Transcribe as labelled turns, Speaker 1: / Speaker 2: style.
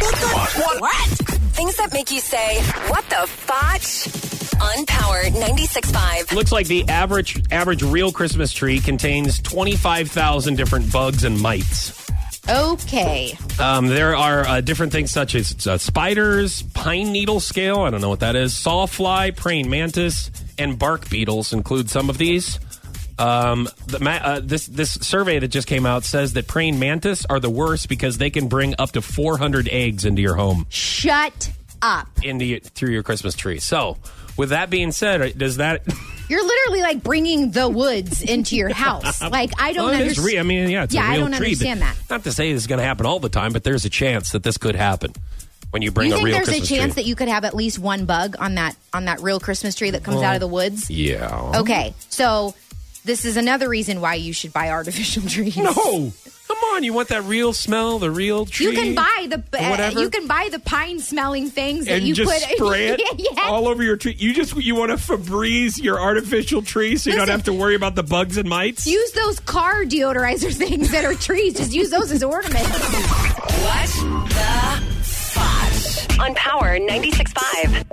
Speaker 1: What?
Speaker 2: Things that make you say, what the fotch? Unpowered 96.5.
Speaker 1: Looks like the average average real Christmas tree contains 25,000 different bugs and mites.
Speaker 3: Okay.
Speaker 1: Um, there are uh, different things such as uh, spiders, pine needle scale, I don't know what that is, sawfly, praying mantis, and bark beetles include some of these. Um, the, ma- uh, this this survey that just came out says that praying mantis are the worst because they can bring up to 400 eggs into your home.
Speaker 3: Shut up.
Speaker 1: into your, through your Christmas tree. So, with that being said, does that?
Speaker 3: You're literally like bringing the woods into your house. Like I don't
Speaker 1: Well, it is
Speaker 3: understand.
Speaker 1: re- I mean, yeah, it's a
Speaker 3: yeah,
Speaker 1: real
Speaker 3: I don't
Speaker 1: tree, but
Speaker 3: understand that.
Speaker 1: Not to say this is going to happen all the time, but there's a chance that this could happen when you bring
Speaker 3: You
Speaker 1: a
Speaker 3: think
Speaker 1: real
Speaker 3: there's
Speaker 1: Christmas
Speaker 3: a chance
Speaker 1: tree.
Speaker 3: that you could have at least one bug on that on that real Christmas tree that comes out
Speaker 1: Oh.
Speaker 3: of the woods?
Speaker 1: yeah.
Speaker 3: Okay, so this is another reason why you should buy artificial trees.
Speaker 1: No, come on. You want that real smell, the real tree.
Speaker 3: You can buy the
Speaker 1: or
Speaker 3: uh,
Speaker 1: whatever?
Speaker 3: you can buy the pine smelling things that
Speaker 4: and
Speaker 3: you
Speaker 4: just
Speaker 3: put
Speaker 4: spray it
Speaker 3: yeah.
Speaker 1: Oh.
Speaker 4: all over your tree. You just you want to Febreze your artificial tree so you
Speaker 3: Listen.
Speaker 4: don't have to worry about the bugs and mites.
Speaker 3: Use those car deodorizer things that are trees. Just use those as ornaments.
Speaker 2: What the fotch? Unpowered 96.5.